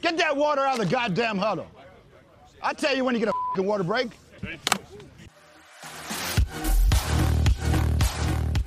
Get that water out of the goddamn huddle. I tell you when you get a fucking water break.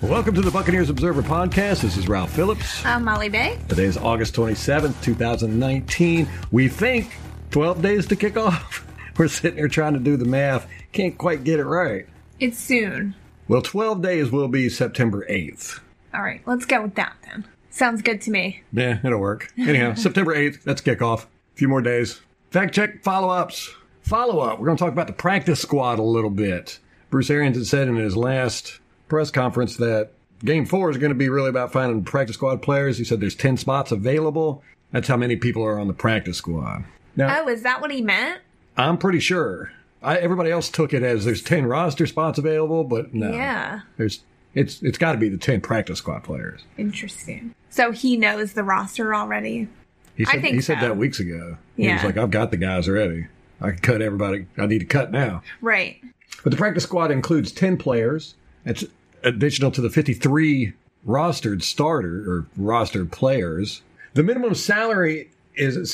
Welcome to the Buccaneers Observer Podcast. This is Ralph Phillips. I'm Uh, Molly Bay. Today is August 27th, 2019. We think 12 days to kick off. We're sitting here trying to do the math. Can't quite get it right. It's soon. Well, 12 days will be September 8th. All right, let's go with that then. Sounds good to me. Yeah, it'll work. Anyhow, September 8th, that's kickoff. A few more days. Fact check follow ups. Follow up. We're going to talk about the practice squad a little bit. Bruce Arians had said in his last press conference that game four is going to be really about finding practice squad players. He said there's 10 spots available. That's how many people are on the practice squad. Now, Oh, is that what he meant? I'm pretty sure. I, everybody else took it as there's 10 roster spots available, but no. Yeah. There's it's it's got to be the 10 practice squad players. Interesting. So he knows the roster already. He I said, think he said so. that weeks ago. He was Yeah. like, I've got the guys already. I can cut everybody. I need to cut now. Right. But the practice squad includes 10 players. That's additional to the 53 rostered starter or rostered players. The minimum salary is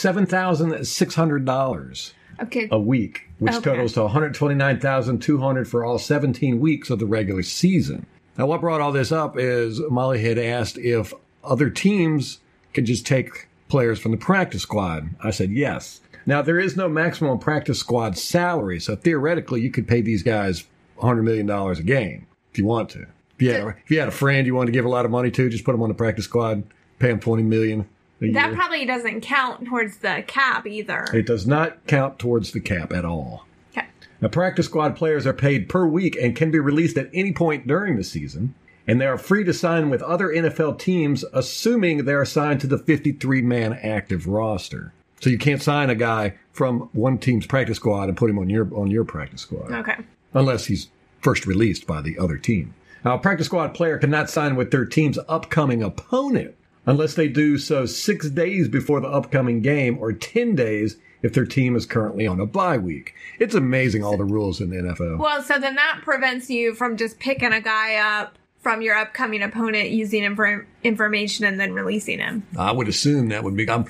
$7,600 Okay. a week, which Okay. totals to 129,200 for all 17 weeks of the regular season. Now, what brought all this up is Molly had asked if other teams could just take players from the practice squad. I said yes. Now, there is no maximum practice squad salary, so theoretically, you could pay these guys $100 million a game if you want to. If you had a, if you had a friend you wanted to give a lot of money to, just put them on the practice squad, pay them $20 million a year. That probably doesn't count towards the cap either. it does not count towards the cap at all. Okay. Now, practice squad players are paid per week and can be released at any point during the season, and they are free to sign with other NFL teams, assuming they are signed to the 53 man active roster. So you can't sign a guy from one team's practice squad and put him on your on your practice squad Okay. unless he's first released by the other team. Now, a practice squad player cannot sign with their team's upcoming opponent unless they do so six days before the upcoming game or 10 days if their team is currently on a bye week. It's amazing all the rules in the NFL. Well, so then that prevents you from just picking a guy up from your upcoming opponent using infor- information and then releasing him. I would assume that would be. I'm,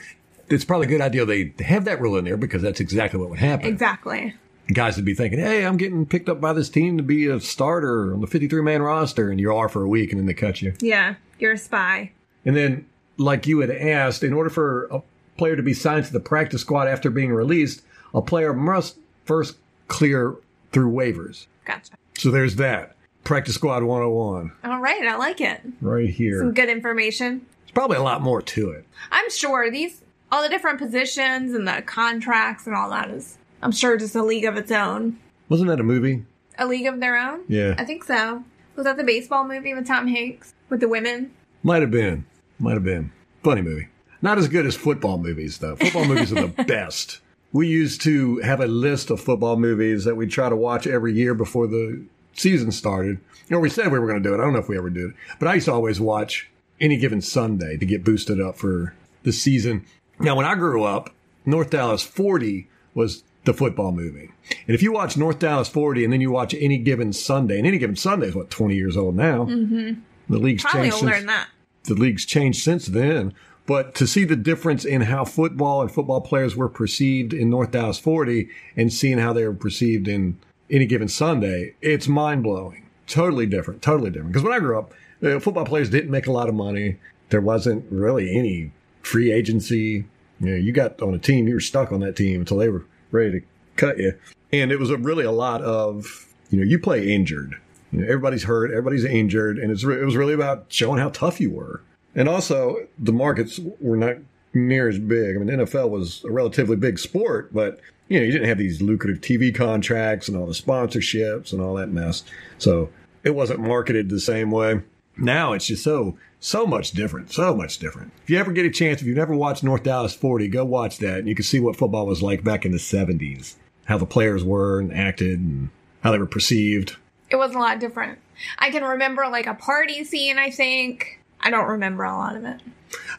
it's probably a good idea they have that rule in there because that's exactly what would happen. Exactly. Guys would be thinking, hey, I'm getting picked up by this team to be a starter on the 53 man roster, and you are for a week, and then they cut you. Yeah. You're a spy. And then, like you had asked, in order for a player to be signed to the practice squad after being released, a player must first clear through waivers. Gotcha. So there's that. Practice squad 101 All right. I like it. right Some here. good information. There's probably a lot more to it. I'm sure these all the different positions and the contracts and all that is I'm sure just a league of its own. Wasn't that a movie? A league of their own? Yeah. I think so. Was that the baseball movie with Tom Hanks with the women? Might have been. Might have been. Funny movie. Not as good as football movies, though. Football movies are the best. We used to have a list of football movies that we try to watch every year before the season started. You know, we said we were going to do it. I don't know if we ever did it, but I used to always watch any given Sunday to get boosted up for the season. Now, when I grew up, North Dallas 40 was the football movie. And if you watch North Dallas 40 and then you watch any given Sunday, and any given Sunday is what, 20 years old now? Mm-hmm. The league's Probably changed. older since- than that. the league's changed since then. But to see the difference in how football and football players were perceived in North Dallas 40 and seeing how they were perceived in any given Sunday, it's mind blowing. Totally different. Totally different. Because when I grew up, uh, football players didn't make a lot of money. There wasn't really any free agency. You know, you got on a team, you were stuck on that team until they were ready to cut you. And it was a, really a lot of, you know, you play injured. You know, everybody's hurt, everybody's injured, and it's re- it was really about showing how tough you were. And also, the markets were not near as big. I mean, NFL was a relatively big sport, but you know, you didn't have these lucrative TV contracts and all the sponsorships and all that mess. So it wasn't marketed the same way. Now it's just so so much different, so much different. If you ever get a chance, if you've never watched North Dallas 40, go watch that, and you can see what football was like back in the 70s, how the players were and acted, and how they were perceived. It was a lot different. I can remember like a party scene, I think. I don't remember a lot of it.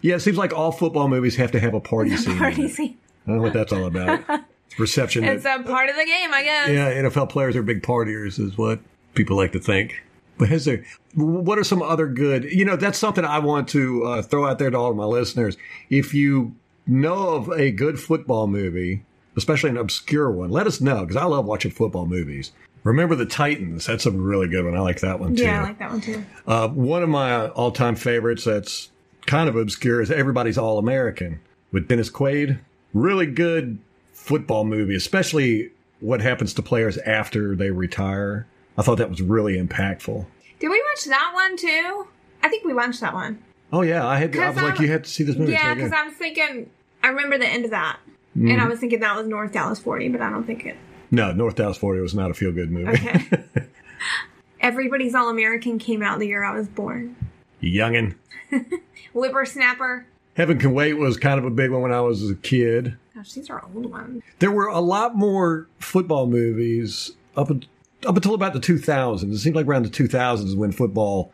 Yeah, it seems like all football movies have to have a party scene. in Party it. scene. I don't know what that's all about. It's perception It's that a part of the game, I guess. yeah, NFL players are big partiers is what people like to think. But has there? What are some other good? You know, that's something I want to uh, throw out there to all of my listeners. If you know of a good football movie, especially an obscure one, let us know because I love watching football movies. Remember the Titans? That's a really good one. I like that one too. Yeah, I like that one too. Uh, one of my all time favorites that's kind of obscure is Everybody's All American with Dennis Quaid. Really good football movie, especially what happens to players after they retire. I thought that was really impactful. Did we watch that one too? I think we watched that one. Oh yeah, I had. I was 'Cause like, I'm- you had to see this movie. It's Yeah, really good. because I was thinking, I remember the end of that. And I was thinking that was North Dallas 40, but I don't think it. no, North Dallas Forty was not a feel good movie. Okay. Everybody's All American came out the year I was born. Youngin. Whippersnapper. Heaven Can Wait was kind of a big one when I was a kid. Gosh, these are old ones. There were a lot more football movies up un- up until about the 2000s. It seemed like around the 2000s is when football.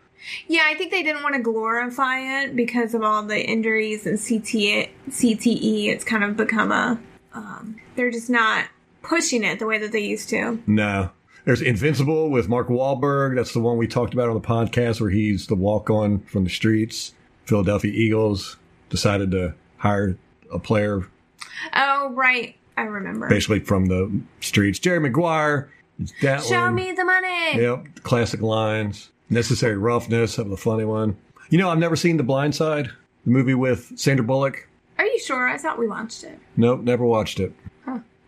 Yeah, I think they didn't want to glorify it because of all the injuries and CTE. CTE E. it's kind of become a. Um, they're just not pushing it the way that they used to. No. There's Invincible with Mark Wahlberg. That's the one we talked about on the podcast where he's the walk on from the streets. Philadelphia Eagles decided to hire a player Oh, right. I remember. basically from the streets. Jerry Maguire. That Show one. me the money. Yep, classic lines. Necessary roughness. That was a funny one. You know, I've never seen The Blind Side, the movie with Sandra Bullock. Are you sure? I thought we watched it. Nope, never watched it.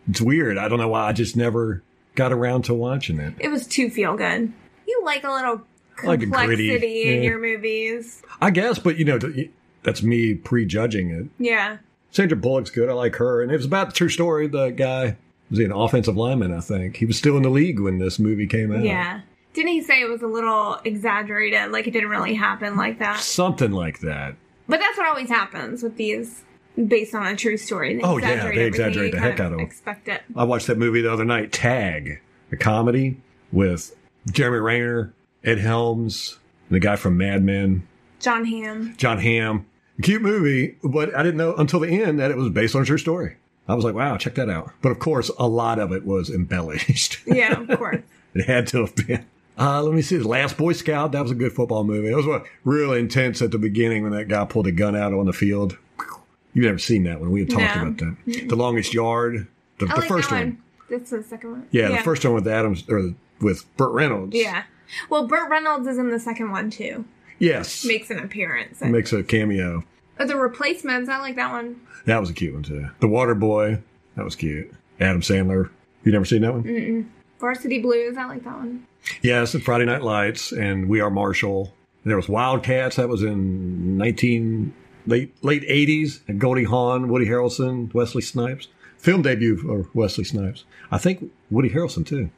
It's weird. I don't know why. I just never got around to watching it. It was too feel good. You like a little Like a complexity gritty, in yeah. your movies. I guess, but you know, th- that's me prejudging it. Yeah. Sandra Bullock's good. I like her, and it was about the true story. The guy was he an offensive lineman? I think he was still in the league when this movie came out. Yeah. Didn't he say it was a little exaggerated, like it didn't really happen like that? something like that. But that's what always happens with these based on a true story. They Oh, yeah, exaggerate they everything. exaggerate You the kind heck out of 'em. Expect it. I watched that movie the other night, Tag, a comedy with Jeremy Rayner, Ed Helms, and the guy from Mad Men, John Hamm. John Hamm. Cute movie, but I didn't know until the end that it was based on a true story. I was like, wow, check that out. But of course, a lot of it was embellished. Yeah, of course. it had to have been. Uh, let me see. The Last Boy Scout, that was a good football movie. It was uh, real intense at the beginning when that guy pulled a gun out on the field. You've never seen that one. We had talked No. about that. The Longest Yard, the, I the like first that one. That's the second one. Yeah, the first one with Adams or with Burt Reynolds. Yeah. Well, Burt Reynolds is in the second one too. Yes. Makes an appearance. Makes a cameo. Oh, the replacements. I like that one. That was a cute one too. The Water Boy. That was cute. Adam Sandler. You never seen that one? Varsity Blues. I like that one. Yes, and Friday Night Lights and We Are Marshall. And there was Wildcats. That was in nineteen late late eighties. And Goldie Hawn, Woody Harrelson, Wesley Snipes. Film debut of Wesley Snipes. I think Woody Harrelson too.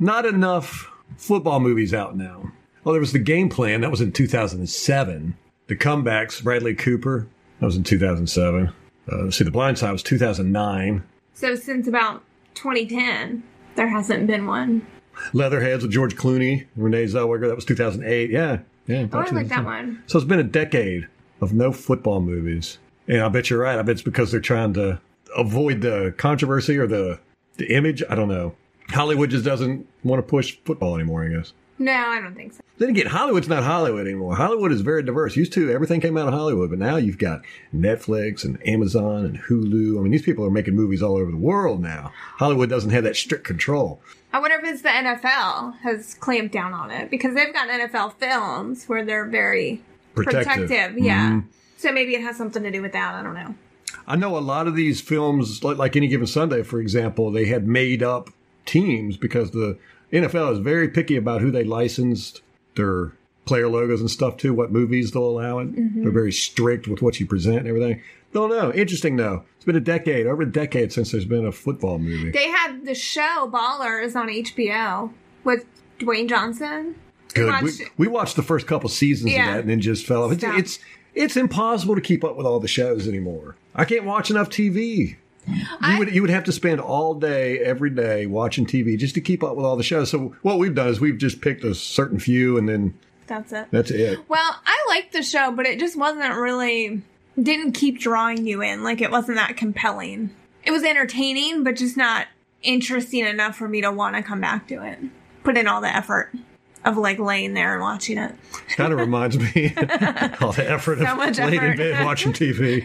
Not enough football movies out now. Oh, there was the game plan. That was in two thousand and seven. The comebacks. Bradley Cooper. That was in two thousand seven. Uh, let's see, The Blind Side was two thousand nine. So since about 2010, there hasn't been one. Leatherheads with George Clooney, Renee Zellweger. That was 2008. Yeah. Yeah. Oh, I about like that 2010. one. So it's been a decade of no football movies. And I bet you're right. I bet it's because they're trying to avoid the controversy or the, the image. I don't know. Hollywood just doesn't want to push football anymore, I guess. No, I don't think so. Then again, Hollywood's not Hollywood anymore. Hollywood is very diverse. Used to, everything came out of Hollywood, but now you've got Netflix and Amazon and Hulu. I mean, these people are making movies all over the world now. Hollywood doesn't have that strict control. I wonder if it's the NFL has clamped down on it because they've got NFL films where they're very Protective. Mm-hmm. protective. yeah. So maybe it has something to do with that. I don't know. I know a lot of these films, like, like any given Sunday, for example, they had made up teams because the NFL is very picky about who they licensed their player logos and stuff to, what movies they'll allow it. They're very strict with what you present and everything. Don't know. Interesting though. It's been a decade, over a decade since there's been a football movie. They had the show Ballers on HBO with Dwayne Johnson. Good. watched We, it. we watched the first couple seasons Yeah. of that and then just fell off. It's, Stop. it's it's impossible to keep up with all the shows anymore. I can't watch enough TV. You would you would have to spend all day every day watching TV just to keep up with all the shows. So what we've done is we've just picked a certain few and then That's it. that's it. Well, I liked the show, but it just wasn't really didn't keep drawing you in. Like it wasn't that compelling. It was entertaining, but just not interesting enough for me to want to come back to it. Put in all the effort. of like laying there and watching it. Kind of reminds me all the effort So of much laying in effort. bed watching TV.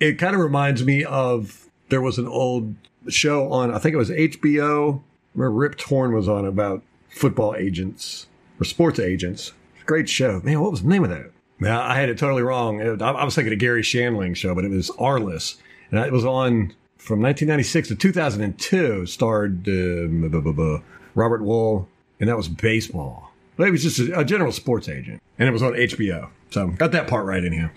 it kind of reminds me of there was an old show on I think it was HBO. Where Rip Torn was on about football agents or sports agents. Great show, man. What was the name of that? Man, I had it totally wrong. It- I I was thinking of Gary Shandling show, but it was Arliss, and it was on from 1996 to 2002. Starred uh, buh, buh, buh, buh, Robert Wool, and that was baseball. But it was just a, a general sports agent, and it was on HBO. So got that part right anyhow.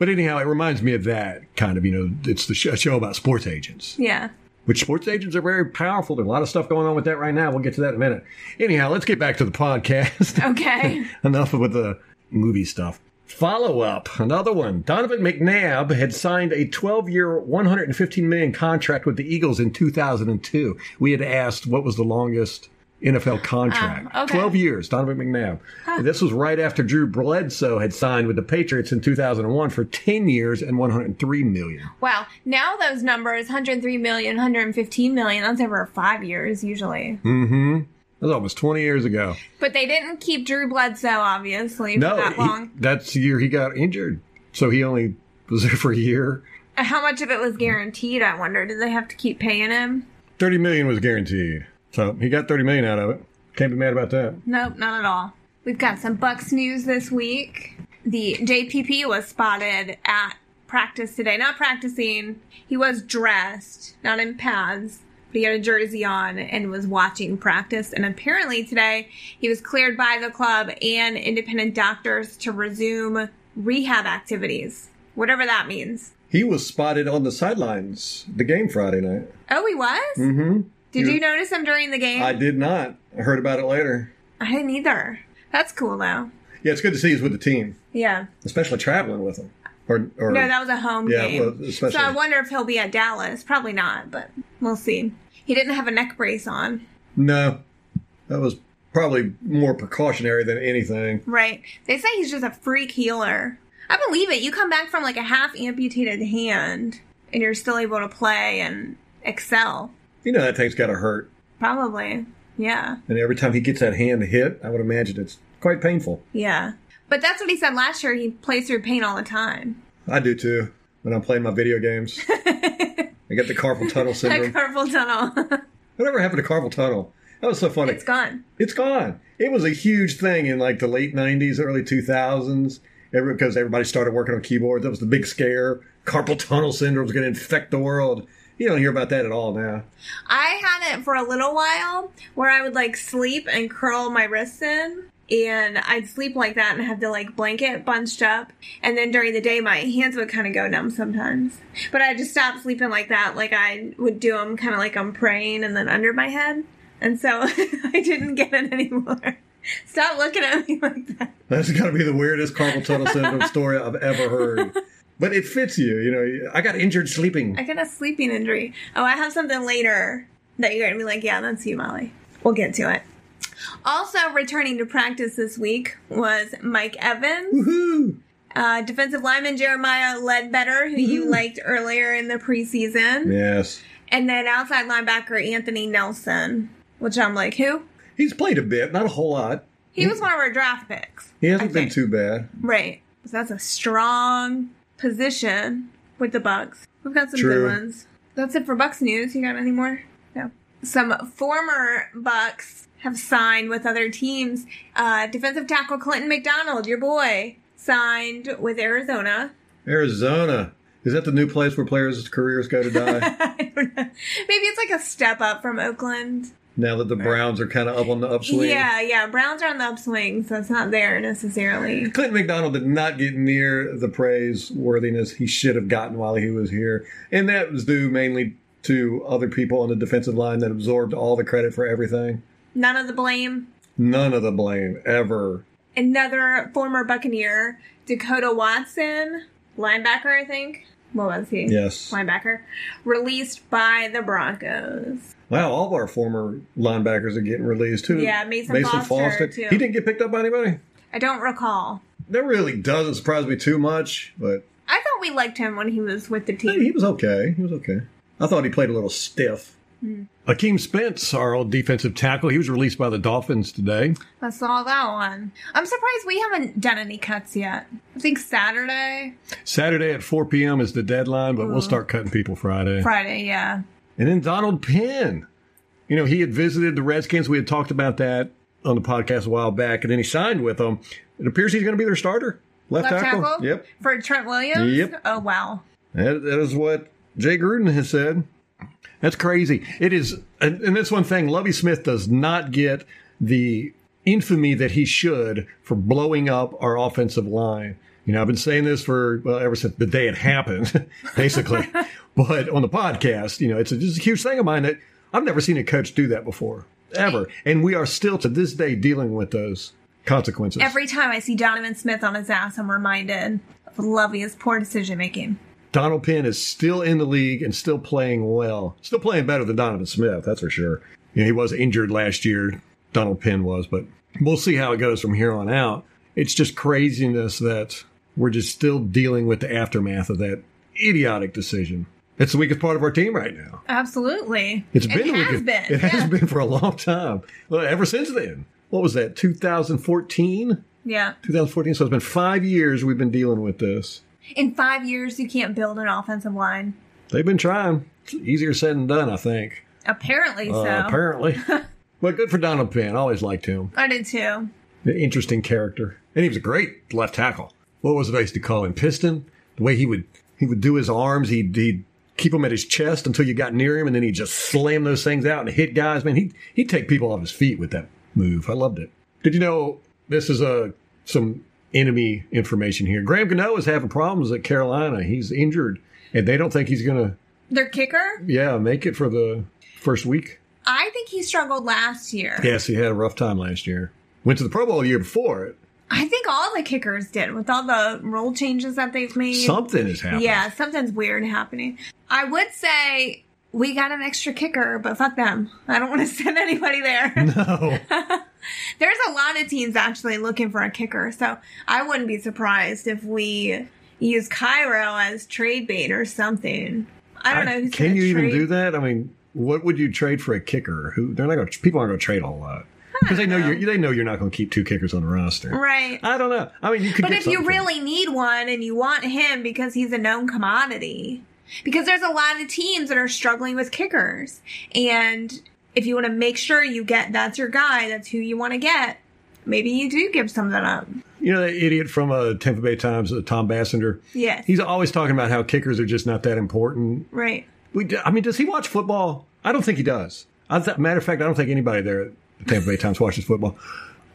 but anyhow, it reminds me of that kind of you know, it's the show, show about sports agents Yeah. which sports agents are very powerful. There's a lot of stuff going on with that right now. We'll get to that in a minute. Anyhow, let's get back to the podcast. Okay. Enough with the movie stuff. Follow up, another one. Donovan McNabb had signed a 12 year, 115 million contract with the Eagles in 2002. We had asked what was the longest NFL contract. Ah, okay. 12 years, Donovan McNabb. This was right after Drew Bledsoe had signed with the Patriots in 2001 for 10 years and 103 million. wow. Now those numbers 103 million, 115 million, that's over five years usually. Mm-hmm. That was almost 20 years ago. But they didn't keep Drew Bledsoe, obviously, for that he- long. that's the year he got injured. So he only was there for a year. How much of it was guaranteed, I wonder? Did they have to keep paying him? Thirty million was guaranteed. So he got thirty million out of it. Can't be mad about that. Nope, not at all. We've got some Bucks news this week. The JPP was spotted at practice today. Not practicing. He was dressed, not in pads, but he had a jersey on and was watching practice. And apparently today he was cleared by the club and independent doctors to resume rehab activities, whatever that means. He was spotted on the sidelines the game Friday night. Oh, he was? Mm-hmm. Did He- you notice him during the game? I did not. I heard about it later. I didn't either. That's cool though. Yeah, it's good to see he's with the team, Yeah. especially traveling with him. Or, or No, that was a home Yeah, game. well, especially- So I wonder if he'll be at Dallas. Probably not, but we'll see. He didn't have a neck brace on. no, that was probably more precautionary than anything. Right. They say he's just a freak healer. I believe it. You come back from like a half amputated hand and you're still able to play and excel. You know that thing's got to hurt, Probably. Yeah. and every time he gets that hand hit, I would imagine it's quite painful. Yeah. But that's what he said last year. He plays through pain all the time. I do too. When I'm playing my video games, I got the carpal tunnel Like syndrome. carpal tunnel. Whatever happened to carpal tunnel? That was so funny. it's gone. It's gone. It was a huge thing in like the late '90s, early 2000s, every, because everybody started working on keyboards. That was the big scare. Carpal tunnel syndrome is going to infect the world. You don't hear about that at all now. I had it for a little while where I would like sleep and curl my wrists in. And I'd sleep like that and have the like blanket bunched up. And then during the day, my hands would kind of go numb sometimes. But I just stopped sleeping like that. Like I would do them kind of like I'm praying and then under my head. And so I didn't get it anymore. Stop looking at me like that. That's got to be the weirdest carpal tunnel syndrome story I've ever heard. But it fits you. You know, I got injured sleeping. I got a sleeping injury. Oh, I have something later that you're going to be like, yeah, that's you, Molly. We'll get to it. Also, returning to practice this week was Mike Evans, Woohoo! uh, defensive lineman Jeremiah Ledbetter, who you liked earlier in the preseason, Yes. and then outside linebacker Anthony Nelson, which I'm like, who? He's played a bit, not a whole lot. He was one of our draft picks. He hasn't I been think. too bad. Right. So that's a strong position with the Bucks. We've got some True. good ones. That's it for Bucks news. You got any more? No. Some former Bucks have signed with other teams. Uh, defensive tackle Clinton McDonald, your boy, signed with Arizona. Arizona. Is that the new place where players' careers go to die? I don't know. Maybe it's like a step up from Oakland. now that the Browns are kind of up on the upswing. Yeah, yeah. Browns are on the upswing, so it's not there necessarily. Clinton McDonald did not get near the praiseworthiness he should have gotten while he was here. And that was due mainly to other people on the defensive line that absorbed all the credit for everything. None of the blame. None of the blame ever. another former Buccaneer, Dakota Watson, linebacker, I think. What was he? Yes. Linebacker. Released by the Broncos. Wow, all of our former linebackers are getting released too. Yeah, Mason Foster, too. He didn't get picked up by anybody. I don't recall. That really doesn't surprise me too much, but I thought we liked him when he was with the Hey, team. he was okay. He was okay. I thought he played a little stiff. Akeem Spence, our old defensive tackle, he was released by the Dolphins today. I saw that one. I'm surprised we haven't done any cuts yet. I think Saturday, Saturday at 4 p.m. is the deadline, but Mm. we'll start cutting people Friday. Friday, yeah. And then Donald Penn. You know, he had visited the Redskins. We had talked about that on the podcast a while back, and then he signed with them. It appears he's going to be their starter. Left, Left tackle? Yep. For Trent Williams? Yep. Oh, wow. That, that is what Jay Gruden has said. That's crazy. It is, and, and that's one thing. Lovey Smith does not get the infamy that he should for blowing up our offensive line. You know, I've been saying this for well, ever since the day it happened, basically. but on the podcast, you know, it's a, just a huge thing of mine that I've never seen a coach do that before, ever. And we are still to this day dealing with those consequences. Every time I see Donovan Smith on his ass, I'm reminded of Lovey's poor decision making. Donald Penn is still in the league and still playing well. Still playing better than Donovan Smith, that's for sure. You know, he was injured last year. Donald Penn was, but we'll see how it goes from here on out. It's just craziness that we're just still dealing with the aftermath of that idiotic decision. It's the weakest part of our team right now. Absolutely. It's It been the has weakest. been. It has yeah. been for a long time. Well, ever since then. What was that? 2014? yeah. 2014. So it's been five years we've been dealing with this. In five years, you can't build an offensive line. They've been trying. It's easier said than done, I think. Apparently so. Uh, apparently. well, good for Donald Penn. I always liked him. I did too. An interesting character. And he was a great left tackle. What was it I used to call him? Piston? The way he would he would do his arms, he'd, he'd keep them at his chest until you got near him, and then he'd just slam those things out and hit guys. Man, he'd, he'd take people off his feet with that move. I loved it. Did you know this is a, some enemy information here? Graham Gano is having problems at Carolina. He's injured, and they don't think he's going to Their kicker? yeah, make it for the first week. I think he struggled last year. Yes, he had a rough time last year. Went to the Pro Bowl the year before it. I think all the kickers did with all the rule changes that they've made. Something has happened. Yeah, something's weird happening. I would say we got an extra kicker, but fuck them. I don't want to send anybody there. No. There's a lot of teams actually looking for a kicker, so I wouldn't be surprised if we use Cairo as trade bait or something. I don't know. Who's Can gonna you even trade- do that? I mean, what would you trade for a kicker? Who they're not going. to People aren't going to trade a whole lot because they know, you're. They know you're not going to keep two kickers on the roster. Right. I don't know. I mean, you could. But get if you something. really need one and you want him because he's a known commodity, because there's a lot of teams that are struggling with kickers. And if you want to make sure you get that's your guy, that's who you want to get, maybe you do give something up. you know that idiot from uh, Tampa Bay Times, uh, Tom Bassender. Yes. He's always talking about how kickers are just not that important. right. We, do- I mean, does he watch football? I don't think he does. I th- matter of fact, I don't think anybody there at the Tampa Bay Times watches football.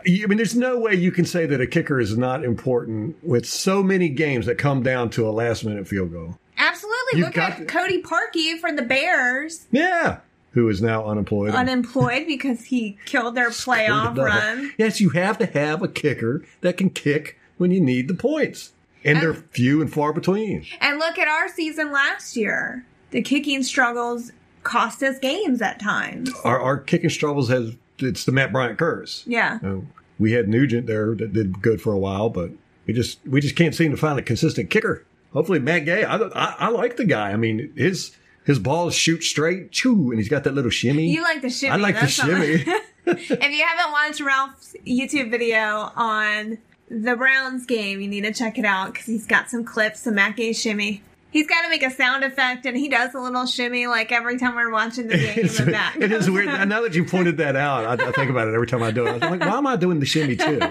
You- I mean, there's no way you can say that a kicker is not important with so many games that come down to a last minute field goal. Absolutely. You've Look got at to- Cody Parkey for the Bears, Yeah. Who is now unemployed. unemployed because he killed their playoff run. Yes, you have to have a kicker that can kick when you need the points. And they're few and far between. And look at our season last year. The kicking struggles cost us games at times. Our, our kicking struggles has, it's the Matt Bryant curse. Yeah. Uh, we had Nugent there that did good for a while, but we just we just can't seem to find a consistent kicker. Hopefully, Matt Gay. I, I, I like the guy. I mean, his his balls shoot straight, chew, and he's got that little shimmy. You like the shimmy. I like the that's not- shimmy. if you haven't watched Ralph's YouTube video on the Browns game, you need to check it out because he's got some clips of Matt Gay's shimmy. He's got to make a sound effect, and he does a little shimmy like every time we're watching the game. It's, of that. it is weird. Now that you pointed that out, I, I think about it every time I do it. I'm like, why am I doing the shimmy too?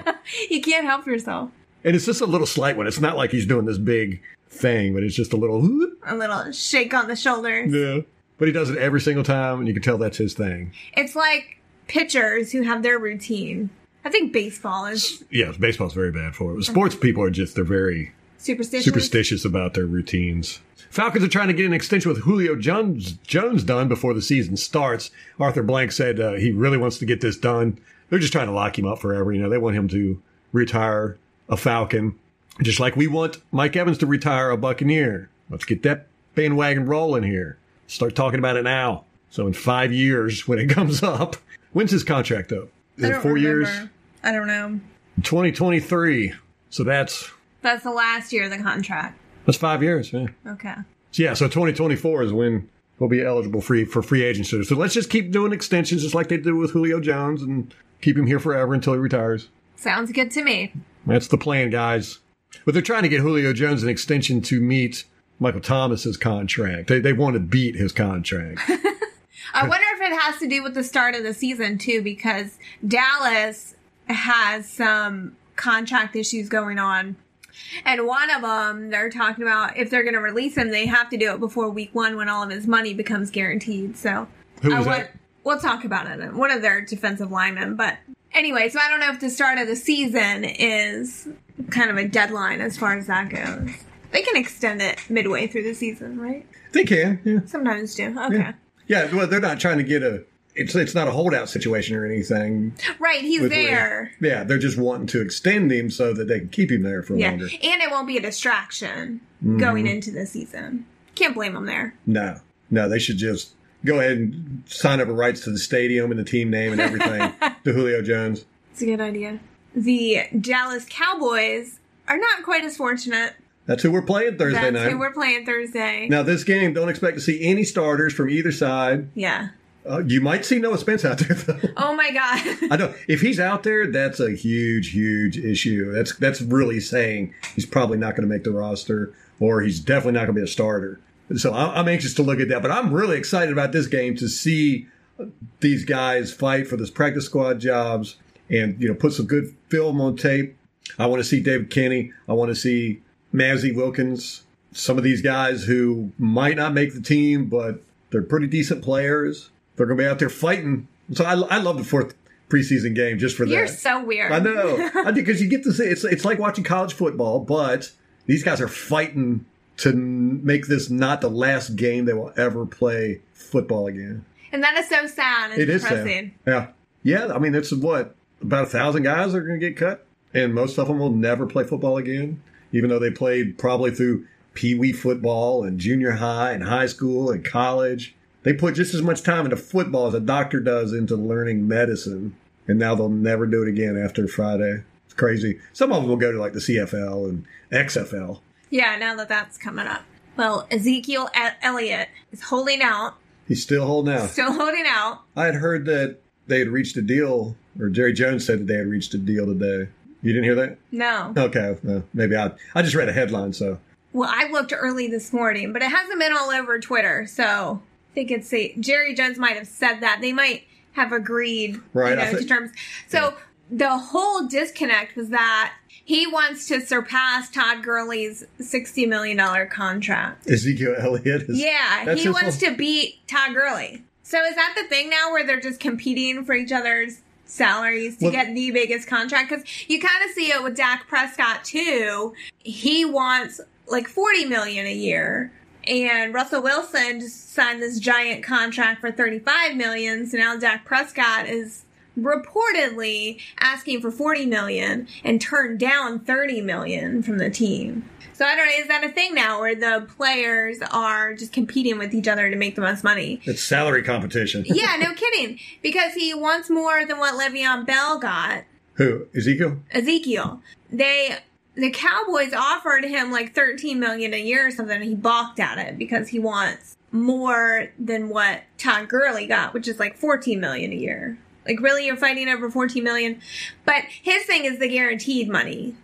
you can't help yourself. And it's just a little slight one. It's not like he's doing this big thing, but it's just a little. whoop. A little shake on the shoulders. Yeah. But he does it every single time, and you can tell that's his thing. It's like pitchers who have their routine. I think baseball is Yes, baseball's very bad for it. Sports people are just they're very superstitious. superstitious about their routines. Falcons are trying to get an extension with Julio Jones Jones done before the season starts. Arthur Blank said uh, he really wants to get this done. They're just trying to lock him up forever. You know, they want him to retire a Falcon, just like we want Mike Evans to retire a Buccaneer. Let's get that bandwagon rolling here. Start talking about it now. So in five years, when it comes up, when's his contract up? Is I it don't four years? remember. I don't know. Twenty twenty three. So that's That's the last year of the contract. that's five years, man. Okay. So, yeah, so 2024 is when will be eligible free for free agency. So let's just keep doing extensions, just like they did with Julio Jones, and keep him here forever until he retires. Sounds good to me. That's the plan, guys. But they're trying to get Julio Jones an extension to meet Michael Thomas's contract. They, they want to beat his contract. I wonder if it has to do with the start of the season too, because Dallas has some contract issues going on. And one of them, they're talking about if they're going to release him, they have to do it before week one when all of his money becomes guaranteed. So Who I was want- that? we'll talk about it. One of their defensive linemen. But anyway, so I don't know if the start of the season is kind of a deadline as far as that goes. They can extend it midway through the season, right? They can, yeah. Sometimes do. Okay. Yeah, well, they're not trying to get a. It's it's not a holdout situation or anything. Right, he's with Julio. there. Yeah, they're just wanting to extend him so that they can keep him there for Yeah, longer. and it won't be a distraction Mm-hmm. going into the season. Can't blame him there. No, no, they should just go ahead and sign over rights to the stadium and the team name and everything to Julio Jones. It's a good idea. The Dallas Cowboys are not quite as fortunate. That's who we're playing Thursday That's night. who we're playing Thursday. now, this game, don't expect to see any starters from either side. Yeah. Uh, you might see Noah Spence out there, though. Oh my god. I know if he's out there, that's a huge, huge issue. That's that's really saying he's probably not going to make the roster, or he's definitely not going to be a starter. So I- I'm anxious to look at that, but I'm really excited about this game to see these guys fight for those practice squad jobs, and you know put some good film on tape. I want to see David Kenny. I want to see Mazzy Wilkins. Some of these guys who might not make the team, but they're pretty decent players. They're going to be out there fighting. So I, I love the fourth preseason game just for You're that. so weird. I know. I do because you get to see it's it's like watching college football, but these guys are fighting to n- make this not the last game they will ever play football again. And that is so sad and It is sad. depressing. Yeah, yeah. I mean, it's what about a thousand guys are going to get cut, and most of them will never play football again, even though they played probably through pee wee football and junior high and high school and college. They put just as much time into football as a doctor does into learning medicine, and now they'll never do it again after Friday. It's crazy. Some of them will go to like the CFL and XFL. Yeah, now that that's coming up. Well, Ezekiel E- Elliott is holding out, He's still holding out. still holding out. I had heard that they had reached a deal, or Jerry Jones said that they had reached a deal today. You didn't hear that? No. Okay, uh, maybe I I just read a headline, so Well, I looked early this morning, but it hasn't been all over Twitter, so I think it's a, Jerry Jones might have said that. They might have agreed Right, you I know, to think- terms. So the whole disconnect was that he wants to surpass Todd Gurley's $60 million contract. Ezekiel Elliott is Yeah, that's he his wants whole- to beat Todd Gurley. So is that the thing now where they're just competing for each other's salaries to Well- get the biggest contract? Because you kind of see it with Dak Prescott too. He wants like forty million a year, and Russell Wilson just signed this giant contract for thirty-five million. So now Dak Prescott is reportedly asking for 40 million and turned down 30 million from the team. So I don't know, is that a thing now where the players are just competing with each other to make the most money? It's salary competition. Yeah, no kidding. Because he wants more than what Le'Veon Bell got. Who Ezekiel? Ezekiel. They the Cowboys offered him like 13 million a year or something and he balked at it because he wants more than what Todd Gurley got, which is like 14 million a year. Like really you're fighting over 14 million. But his thing is the guaranteed money.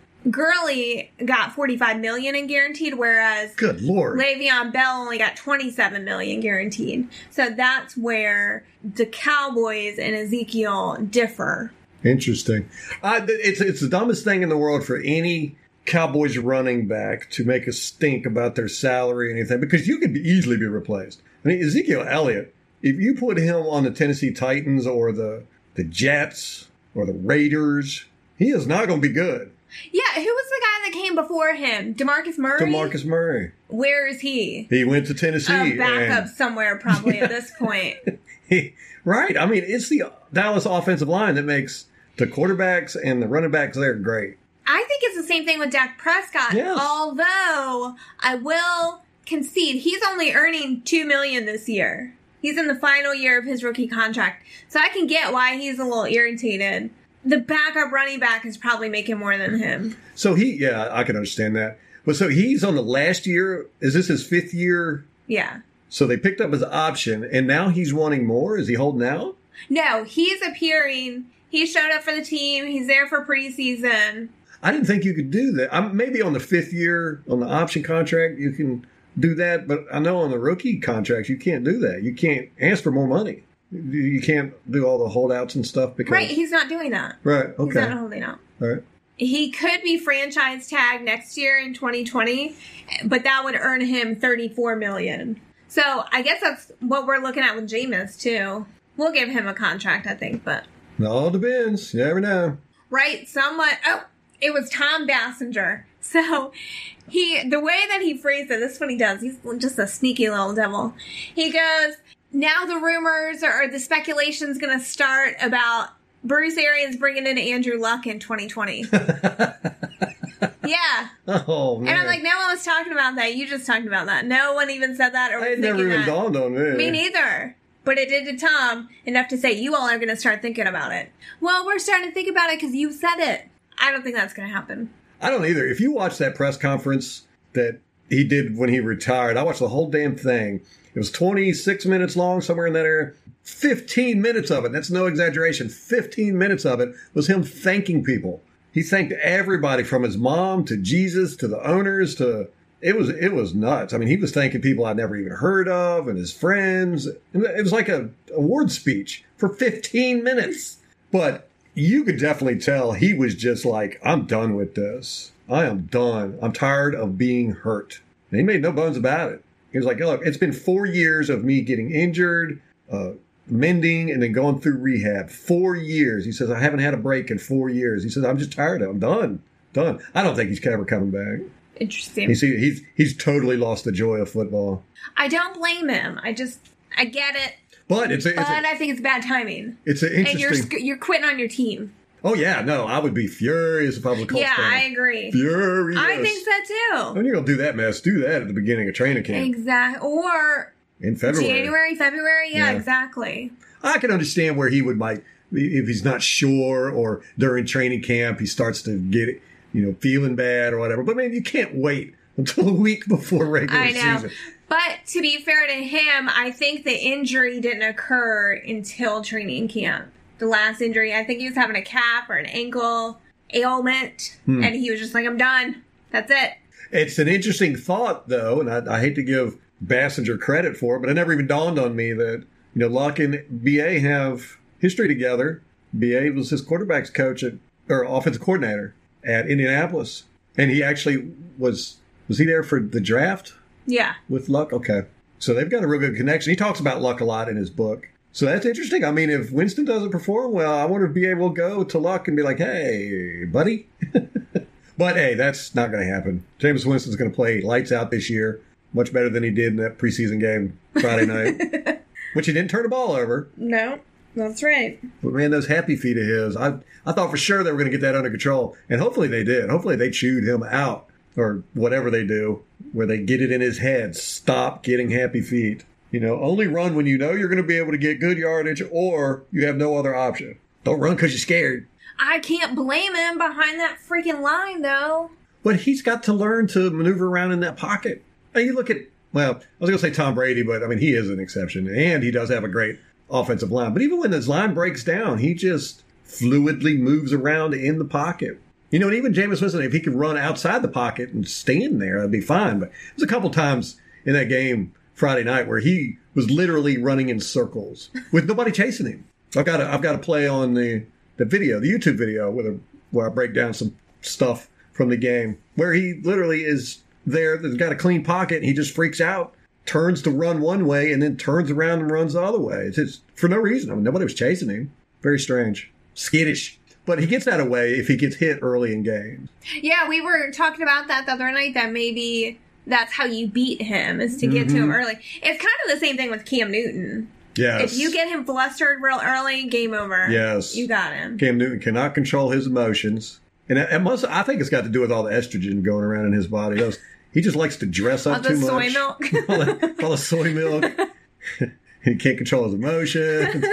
Gurley got 45 million in guaranteed whereas Good lord! Le'Veon Bell only got 27 million guaranteed. So that's where the Cowboys and Ezekiel differ. Interesting. Uh, th- it's it's the dumbest thing in the world for any Cowboys running back to make a stink about their salary or anything because you could be, easily be replaced. I mean Ezekiel Elliott, if you put him on the Tennessee Titans or the the Jets or the Raiders, he is not going to be good. Yeah, who was the guy that came before him? Demarcus Murray. Demarcus Murray, Where is he? he went to Tennessee. A and- backup somewhere, probably at this point. right. I mean, it's the Dallas offensive line that makes the quarterbacks and the running backs there great. I think it's the same thing with Dak Prescott. Yes. Although I will concede he's only earning two million this year. He's in the final year of his rookie contract, so I can get why he's a little irritated. The backup running back is probably making more than him. So he, yeah, I can understand that. But so he's on the last year. Is this his fifth year? Yeah. So they picked up his option, and now he's wanting more. Is he holding out? No, he's appearing. He showed up for the team. He's there for preseason. I didn't think you could do that. I'm, maybe on the fifth year on the option contract you can do that, but I know on the rookie contracts you can't do that. You can't ask for more money. You- You can't do all the holdouts and stuff because Right, he's not doing that. Right, He's Okay. not holding out. all right. He could be franchise tag next year in 2020, but that would earn him 34 million. So I guess that's what we're looking at with Jameis too. We'll give him a contract, I think, but It all depends. You never know. right? Someone, oh, it was Tom Bassinger. So he, the way that he phrased it, this is what he does. He's just a sneaky little devil. He goes, now the rumors or the speculation's going to start about Bruce Arians bringing in Andrew Luck in 2020. yeah. Oh man, And I'm like, no one was talking about that. You just talked about that. No one even said that or was I had thinking never even that. dawned on me. Me neither. But it did to Tom enough to say, you all are going to start thinking about it. Well, we're starting to think about it because you said it. I don't think that's going to happen. I don't either. If you watch that press conference that he did when he retired, I watched the whole damn thing. It was 26 minutes long, somewhere in that area. 15 minutes of it, that's no exaggeration, 15 minutes of it was him thanking people. He thanked everybody from his mom to Jesus to the owners to it was it was nuts. I mean, he was thanking people I'd never even heard of and his friends. And It was like a award speech for 15 minutes. But you could definitely tell he was just like, I'm done with this. I am done. I'm tired of being hurt. And he made no bones about it. He was like, Look, it's been four years of me getting injured, uh, mending, and then going through rehab. Four years. He says, I haven't had a break in four years. He says, I'm just tired of it. I'm done. Done. I don't think he's ever coming back. Interesting. He's, he's, he's totally lost the joy of football. I don't blame him. I just, I get it. But it's a, it's, But a, I think it's bad timing. it's an And you're, interesting. sc- you're quitting on your team. oh, yeah. No, I would be furious if I was a Colts yeah, fan. I agree. furious. I think so too. When you're gonna do that mess, do that at the beginning of training camp Exactly. Or in February. January, February. Yeah, Yeah. exactly. I can understand where he would might if he's not sure or during training camp he starts to get you know feeling bad or whatever. But man, you can't wait until a week before regular I know. season. But to be fair to him, I think the injury didn't occur until training camp. The last injury, I think he was having a calf or an ankle ailment, and he was just like, I'm done. That's it. It's an interesting thought though, and I, I hate to give Bassinger credit for it, but it never even dawned on me that you know Locke and BA have history together. BA was his quarterbacks coach at or offensive coordinator at Indianapolis, and he actually was was he there for the draft Yeah. with Luck? Okay, so they've got a real good connection. He talks about Luck a lot in his book. So that's interesting. I mean, if Winston doesn't perform well, I wonder if BA will go to Luck and be like, hey, buddy. But hey, that's not going to happen. James Winston's going to play lights out this year, much better than he did in that preseason game Friday night, which he didn't turn the ball over. No, that's right. But man, those happy feet of his, I I thought for sure they were going to get that under control, and hopefully they did. Hopefully they chewed him out or whatever they do, where they get it in his head. Stop getting happy feet. You know, only run when you know you're going to be able to get good yardage, or you have no other option. Don't run because you're scared. I can't blame him behind that freaking line, though. But he's got to learn to maneuver around in that pocket. And you look at, well, I was going to say Tom Brady, but I mean, he is an exception. And he does have a great offensive line. But even when his line breaks down, he just fluidly moves around in the pocket. You know, and even Jameis Winston, if he could run outside the pocket and stand there, that'd be fine. But there's a couple times in that game Friday night where he was literally running in circles with nobody chasing him. I've got a, I've got a play on the, the video, the YouTube video, with a, where I break down some stuff from the game where he literally is there. There's got a clean pocket. And he just freaks out, turns to run one way, and then turns around and runs the other way. It's just for no reason. I mean, nobody was chasing him. Very strange, skittish. But he gets that away if he gets hit early in games. Yeah, we were talking about that the other night that maybe that's how you beat him is to get to him early. It's kind of the same thing with Cam Newton. Yes. If you get him flustered real early, game over. Yes. You got him. Cam Newton cannot control his emotions, and it it must. I think it's got to do with all the estrogen going around in his body. Those, he just likes to dress All up the too soy much. milk. all, the, all the soy milk. he can't control his emotions.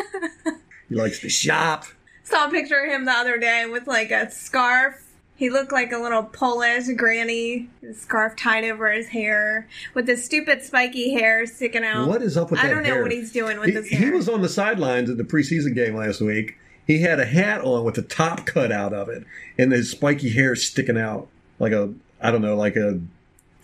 he likes to shop. Saw a picture of him the other day with like a scarf He looked like a little Polish granny, his scarf tied over his hair, with his stupid spiky hair sticking out. What is up with I that don't know hair? what he's doing with He, his he hair. was on the sidelines at the preseason game last week. He had a hat on with the top cut out of it, and his spiky hair sticking out like a I don't know, like a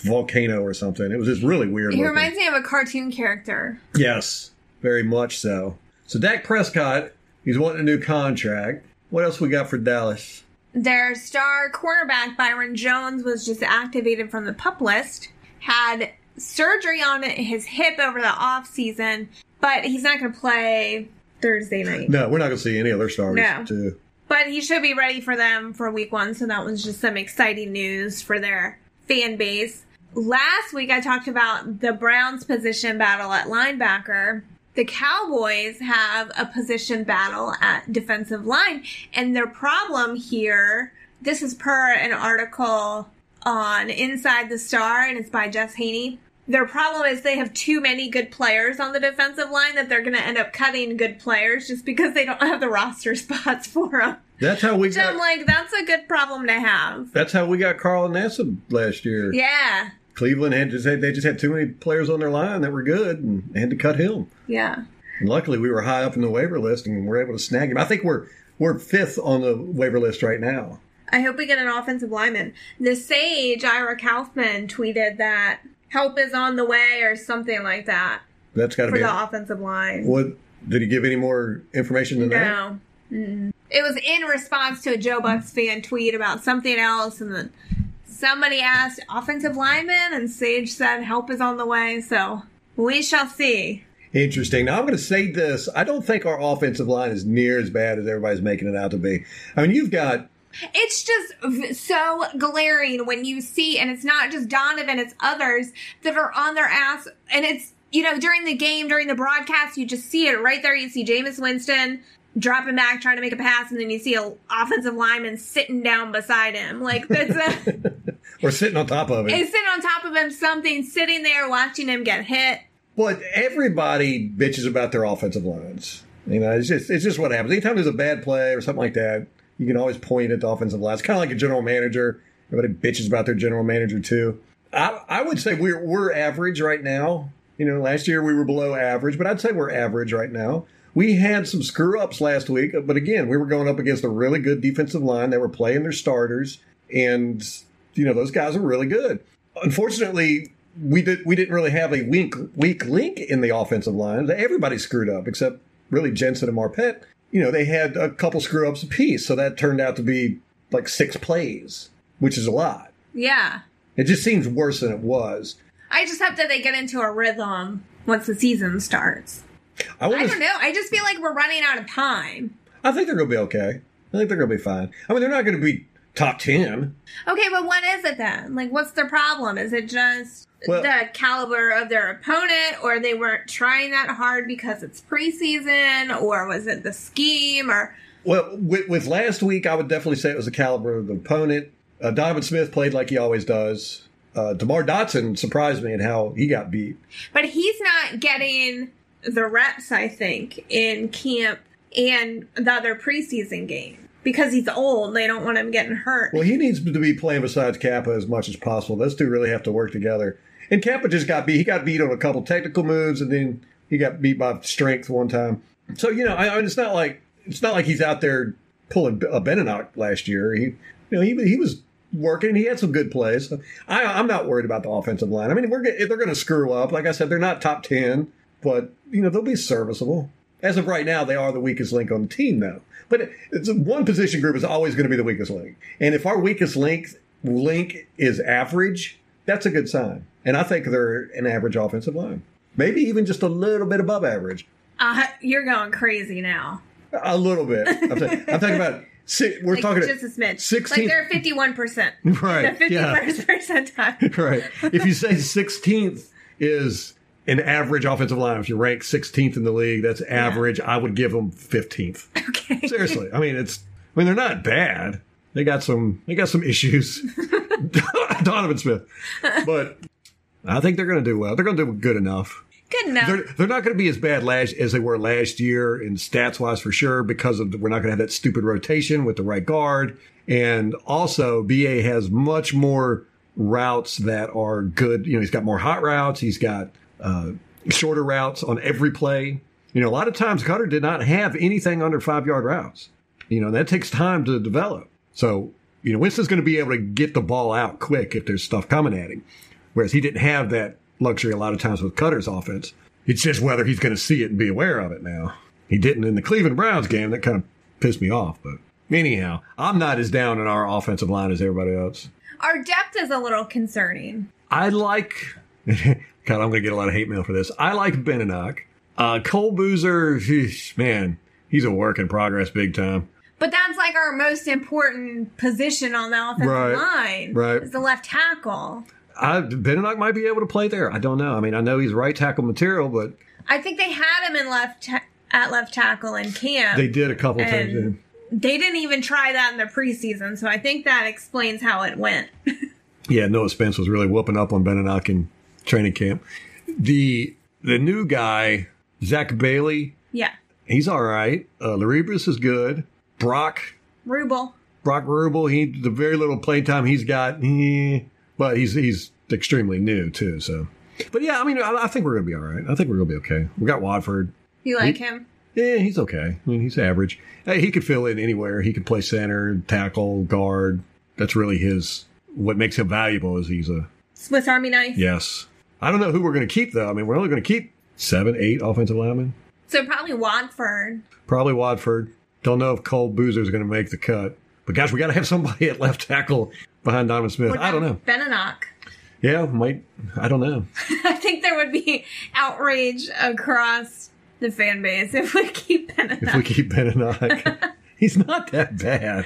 volcano or something. It was just really weird. he looking. reminds me of a cartoon character. Yes, very much so. So Dak Prescott, he's wanting a new contract. What else we got for Dallas? Their star cornerback Byron Jones was just activated from the pup list. Had surgery on his hip over the off season, but he's not going to play Thursday night. No, we're not going to see any other stars. No. Too. But he should be ready for them for week one. So that was just some exciting news for their fan base. Last week, I talked about the Browns' position battle at linebacker. The Cowboys have a position battle at defensive line. And their problem here this is per an article on Inside the Star, and it's by Jess Haney. Their problem is they have too many good players on the defensive line that they're going to end up cutting good players just because they don't have the roster spots for them. That's how we So I'm got. like, that's a good problem to have. that's how we got Carl Nassib last year. Yeah. Cleveland had just had, they just had too many players on their line that were good and they had to cut him. Yeah. And luckily, we were high up in the waiver list and we're able to snag him. I think we're we're fifth on the waiver list right now. I hope we get an offensive lineman. The sage, Ira Kaufman, tweeted that help is on the way or something like that That's got to for be the offensive line. what. Did he give any more information than that? No. Mm-mm. It was in response to a Joe Bucks fan tweet about something else, and then somebody asked offensive lineman, and Sage said help is on the way. So we shall see. Interesting. Now I'm going to say this: I don't think our offensive line is near as bad as everybody's making it out to be. I mean, you've got It's just v- so glaring when you see, and it's not just Donovan, it's others that are on their ass. And it's, you know, during the game, during the broadcast, you just see it right there. You see Jameis Winston dropping back, trying to make a pass, and then you see an offensive lineman sitting down beside him. Like, that's a. we're sitting on top of it. is sitting on top of him, something sitting there watching him get hit. But everybody bitches about their offensive lines. You know, it's just it's just what happens. Anytime there's a bad play or something like that, you can always point at the offensive line. It's kind of like a general manager. Everybody bitches about their general manager too. I, I would say we're we're average right now. You know, last year we were below average, but I'd say we're average right now. We had some screw ups last week, but again, we were going up against a really good defensive line. They were playing their starters, and you know those guys are really good unfortunately, we did we didn't really have a weak weak link in the offensive line. Everybody screwed up except really Jensen and Marpet. You know, they had a couple screw ups apiece, so that turned out to be like six plays, which is a lot. Yeah. It just seems worse than it was. I just hope that they get into a rhythm once the season starts. I I want don't to. know. I just feel like we're running out of time. I think they're going to be okay. I think they're going to be fine. I mean, they're not going to be top ten. Okay, but what is it then? Like, what's their problem? Is it just Well- the caliber of their opponent, or they weren't trying that hard because it's preseason, or was it the scheme, or Well, with, with last week, I would definitely say it was the caliber of the opponent. Uh, Donovan Smith played like he always does. Uh, Demar Dotson surprised me in how he got beat. But he's not getting the reps, I think, in camp and the other preseason game because he's old. They don't want him getting hurt. Well, he needs to be playing besides Kappa as much as possible. Those two really have to work together. And Kappa just got beat. He got beat on a couple technical moves, and then he got beat by strength one time. So you know, I, I mean, it's not like it's not like he's out there pulling a Beninock last year. He, you know, he he was working. He had some good plays. I, I'm not worried about the offensive line. I mean, we're get- they're going to screw up. Like I said, they're not top ten, but you know they'll be serviceable. As of right now, they are the weakest link on the team, though. But it's one position group is always going to be the weakest link. And if our weakest link link is average, that's a good sign. And I think they're an average offensive line, maybe even just a little bit above average, Uh, you're going crazy now. a little bit. I'm, saying- I'm talking about. si- We're Like, talking just a smidge. 16 Like they're 51%. The right? 51st percentile. right. If you say 16th is an average offensive line, if you rank 16th in the league, that's average. I would give them 15th. Okay. Seriously, I mean it's. I mean they're not bad. They got some. They got some issues. Donovan Smith, but I think they're going to do well. They're going to do good enough. Good enough. They're, they're not going to be as bad last as they were last year in stats wise for sure because of the, we're not going to have that stupid rotation with the right guard and also BA has much more routes that are good. You know, he's got more hot routes. He's got uh, shorter routes on every play. You know, a lot of times Cutter did not have anything under five yard routes. You know, that takes time to develop. So, you know, Winston's going to be able to get the ball out quick if there's stuff coming at him. Whereas he didn't have that luxury a lot of times with Cutter's offense. It's just whether he's going to see it and be aware of it now. He didn't in the Cleveland Browns game. That kind of pissed me off. But anyhow, I'm not as down in our offensive line as everybody else. Our depth is a little concerning. I like. God, I'm going to get a lot of hate mail for this. I like Beninock. Uh, Cole Boozer, phew, man, he's a work in progress big time. But that's like our most important position on the offensive Right. line. Right. Is the left tackle. I, Beninock might be able to play there. I don't know. I mean, I know he's right tackle material, but I think they had him in left ta- at left tackle in camp. they did a couple times. And- in. They didn't even try that in the preseason, so I think that explains how it went. Yeah, Noah Spence was really whooping up on Beninock in training camp. The the new guy, Zach Bailey, yeah. he's all right. Uh, Laribus is good. Brock Ruble. Brock Rubel, he the very little playtime he's got, eh, but he's he's extremely new too. So, but yeah, I mean, I, I think we're gonna be all right. I think we're gonna be okay. We got Wadford. You like him? Yeah, he's okay. I mean, he's average. Hey, he could fill in anywhere. He could play center, tackle, guard. That's really his. What makes him valuable is he's a Swiss Army knife. yes. I don't know who we're gonna keep though. I mean, we're only gonna keep seven, eight offensive linemen. So probably Watford. Probably Wadford. Don't know if Cole Boozer's going to make the cut. But guys, we got to have somebody at left tackle behind Donovan Smith. I don't know. Beninock. Yeah, might. I don't know. I think there would be outrage across the fan base if we keep Beninock. If we keep Beninock, he's not that bad. I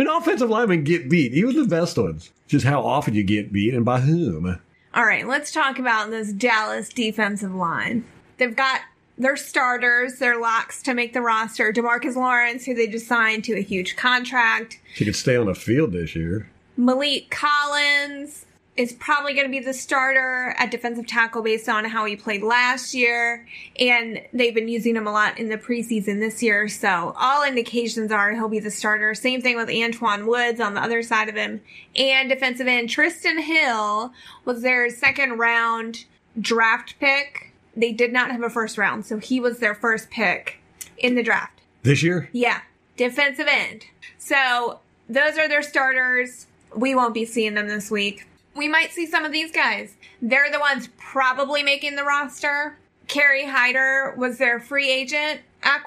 mean, offensive linemen get beat, even the best ones. Just how often you get beat and by whom. All right, let's talk about this Dallas defensive line. They've got their starters, their locks to make the roster. Demarcus Lawrence, who they just signed to a huge contract. She could stay on the field this year. Malik Collins is probably going to be the starter at defensive tackle based on how he played last year. And they've been using him a lot in the preseason this year. So all indications are he'll be the starter. Same thing with Antoine Woods on the other side of him. And defensive end Tristan Hill was their second round draft pick. They did not have a first round, so he was their first pick in the draft. This year? Yeah, defensive end. So those are their starters. We won't be seeing them this week. We might see some of these guys. They're the ones probably making the roster. Kerry Hyder was their free agent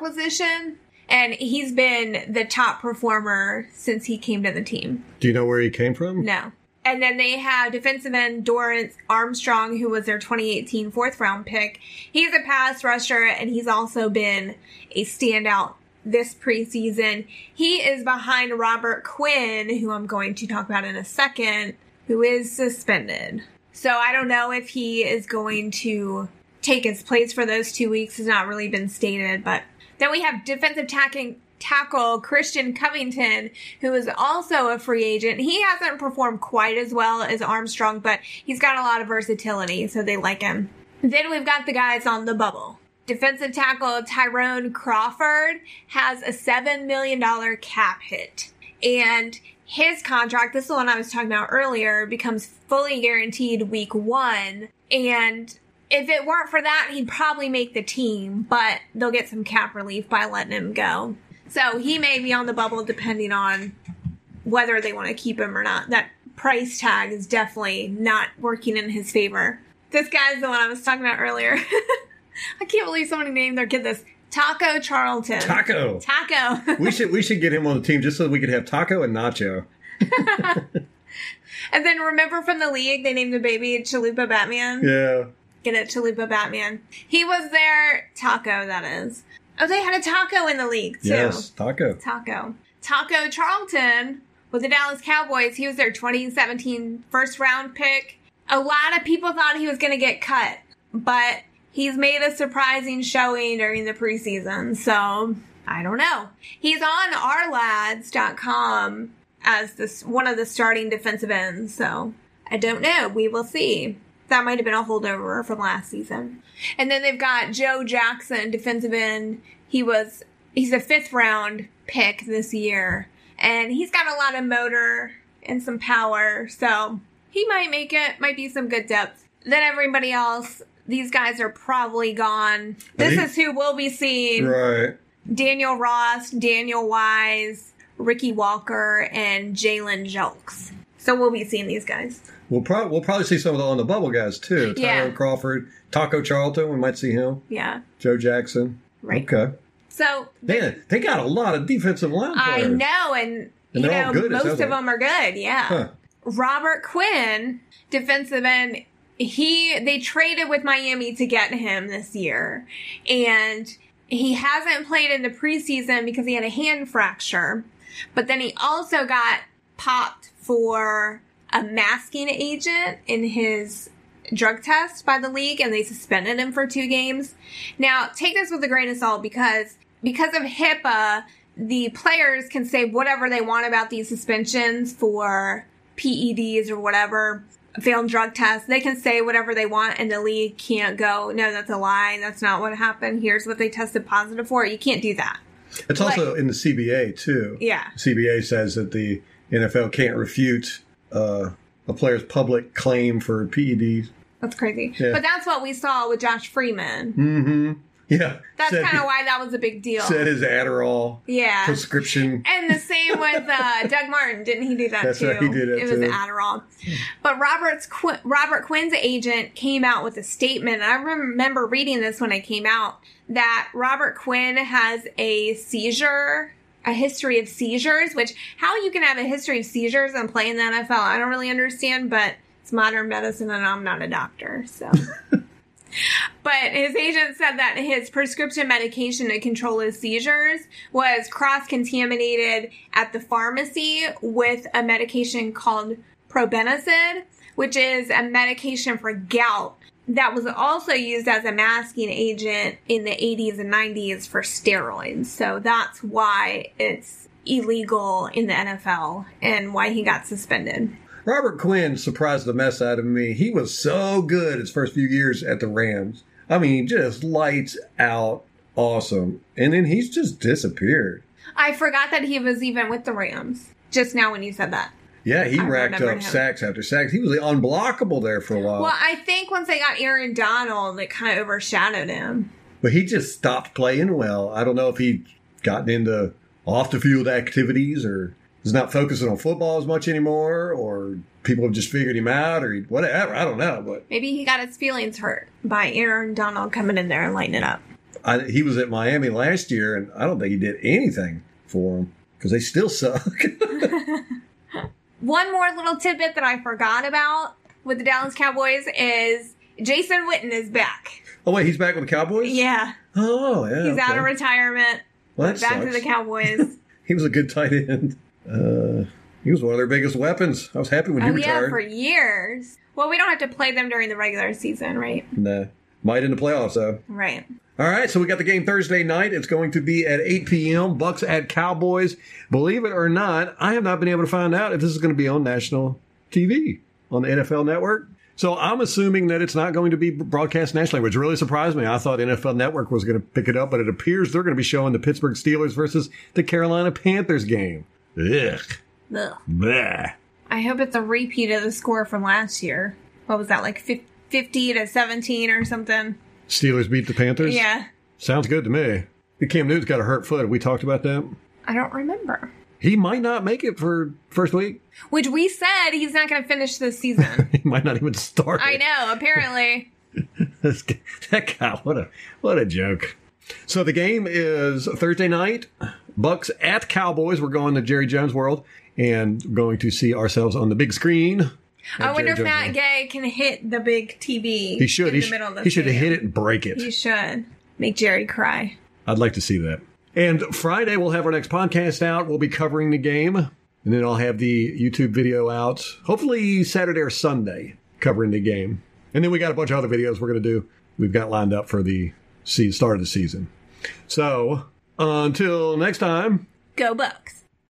acquisition, and he's been the top performer since he came to the team. Do you know where he came from? No. And then they have defensive end Dorrance Armstrong, who was their 2018 fourth round pick. He's a pass rusher and he's also been a standout this preseason. He is behind Robert Quinn, who I'm going to talk about in a second, who is suspended. So I don't know if he is going to take his place for those two weeks. It's not really been stated, but then we have defensive tacking, tackle Christian Covington, who is also a free agent. He hasn't performed quite as well as Armstrong, but he's got a lot of versatility, so they like him. Then we've got the guys on the bubble. Defensive tackle Tyrone Crawford has a $7 million cap hit. And his contract, this is the one I was talking about earlier, becomes fully guaranteed week one. And if it weren't for that, he'd probably make the team, but they'll get some cap relief by letting him go. So he may be on the bubble depending on whether they want to keep him or not. That price tag is definitely not working in his favor. This guy's the one I was talking about earlier. I can't believe somebody named their kid this Taco Charlton. Taco. Taco. we should we should get him on the team just so we could have Taco and Nacho. and then remember from the league, they named the baby Chalupa Batman. Yeah. Get it, Chalupa Batman. He was their taco, that is. Oh, they had a taco in the league, too. Yes, Taco. Taco. Taco Charlton with the Dallas Cowboys. He was their 2017 first round pick. A lot of people thought he was going to get cut, but he's made a surprising showing during the preseason. So I don't know. He's on ourlads.com as this one of the starting defensive ends. So I don't know. We will see. That might have been a holdover from last season. And then they've got Joe Jackson, defensive end. He was he's a fifth round pick this year, and he's got a lot of motor and some power, so he might make it. Might be some good depth. Then everybody else, these guys are probably gone. This think- is who we'll be seeing. Right. Daniel Ross, Daniel Wise, Ricky Walker, and Jalen Jolks. So we'll be seeing these guys. We'll probably we'll probably see some of the on the bubble guys too. Yeah. Tyrone Crawford, Taco Charlton. We might see him. Yeah. Joe Jackson. Right. Okay. So They they got a lot of defensive line I players. know, and, you they're all know, good, it most sounds of like. them are good. Yeah. Huh. Robert Quinn, defensive end, he they traded with Miami to get him this year, and he hasn't played in the preseason because he had a hand fracture. But then he also got popped for a masking agent in his drug test by the league and they suspended him for two games. Now, take this with a grain of salt because because of HIPAA, the players can say whatever they want about these suspensions for PEDs or whatever, failed drug tests. They can say whatever they want and the league can't go, no, that's a lie. That's not what happened. Here's what they tested positive for. You can't do that. It's also in the CBA too. Yeah. CBA says that the NFL can't refute uh, a player's public claim for E PEDs. That's crazy. Yeah. But that's what we saw with Josh Freeman. Mm-hmm. Yeah. That's Said- kind of why that was a big deal. said his Adderall Yeah. prescription. And the same with uh, Doug Martin, didn't he do that That's too? right, he did it It too. was Adderall. But Robert's Qu- Robert Quinn's agent came out with a statement. And I remember reading this when I came out that Robert Quinn has a seizure, a history of seizures. Which how you can have a history of seizures and play in the NFL, I don't really understand. But it's modern medicine, and I'm not a doctor, so. But his agent said that his prescription medication to control his seizures was cross contaminated at the pharmacy with a medication called probenecid, which is a medication for gout that was also used as a masking agent in the 80s and 90s for steroids. So that's why it's illegal in the NFL and why he got suspended. Robert Quinn surprised the mess out of me. He was so good his first few years at the Rams. I mean, just lights out awesome. And then he's just disappeared. I forgot that he was even with the Rams just now when you said that. Yeah, he I racked remember up him. sacks after sacks. He was unblockable there for a while. Well, I think once they got Aaron Donald, it kind of overshadowed him. But he just stopped playing well. I don't know if he'd gotten into off the field activities or is not focusing on football as much anymore or people have just figured him out or he- whatever. I don't know. But Maybe he got his feelings hurt by Aaron Donald coming in there and lighting it up. I, he was at Miami last year and I don't think he did anything for him because they still suck. One more little tidbit that I forgot about with the Dallas Cowboys is Jason Witten is back. oh, wait, he's back with the Cowboys? Yeah, Oh, yeah. he's okay. out of retirement. Well, that Back to sucks. the Cowboys. He was a good tight end. Uh, he was one of their biggest weapons. I was happy when he oh yeah, retired. for years. Well, we don't have to play them during the regular season, right? nah. uh, Might in the playoffs, though. Right. All right, so we got the game Thursday night. It's going to be at 8 p.m. Bucks at Cowboys. Believe it or not, I have not been able to find out if this is going to be on national TV on the NFL Network. So I'm assuming that it's not going to be broadcast nationally, which really surprised me. I thought NFL Network was going to pick it up, but it appears they're going to be showing the Pittsburgh Steelers versus the Carolina Panthers game. Ugh. Ugh. Bleh. I hope it's a repeat of the score from last year. What was that like, fif- fifty to seventeen or something? Steelers beat the Panthers? Yeah. Sounds good to me. Cam Newton's got a hurt foot. Have we talked about that? I don't remember. He might not make it for first week. Which we said he's not going to finish this season. He might not even start. I know, apparently. This guy- that guy, what a what a joke. So the game is Thursday night. Bucks at Cowboys. We're going to Jerry Jones World and going to see ourselves on the big screen. at I wonder if Jerry Jones Matt World. Gay can hit the big TV. He should. In He, the sh- middle of the he should have stadium. hit it and break it. He should. Make Jerry cry. I'd like to see that. And Friday we'll have our next podcast out. We'll be covering the game, and then I'll have the YouTube video out. Hopefully Saturday or Sunday covering the game, and then we got a bunch of other videos we're going to do. We've got lined up for the se- start of the season. So until next time. Go Bucks.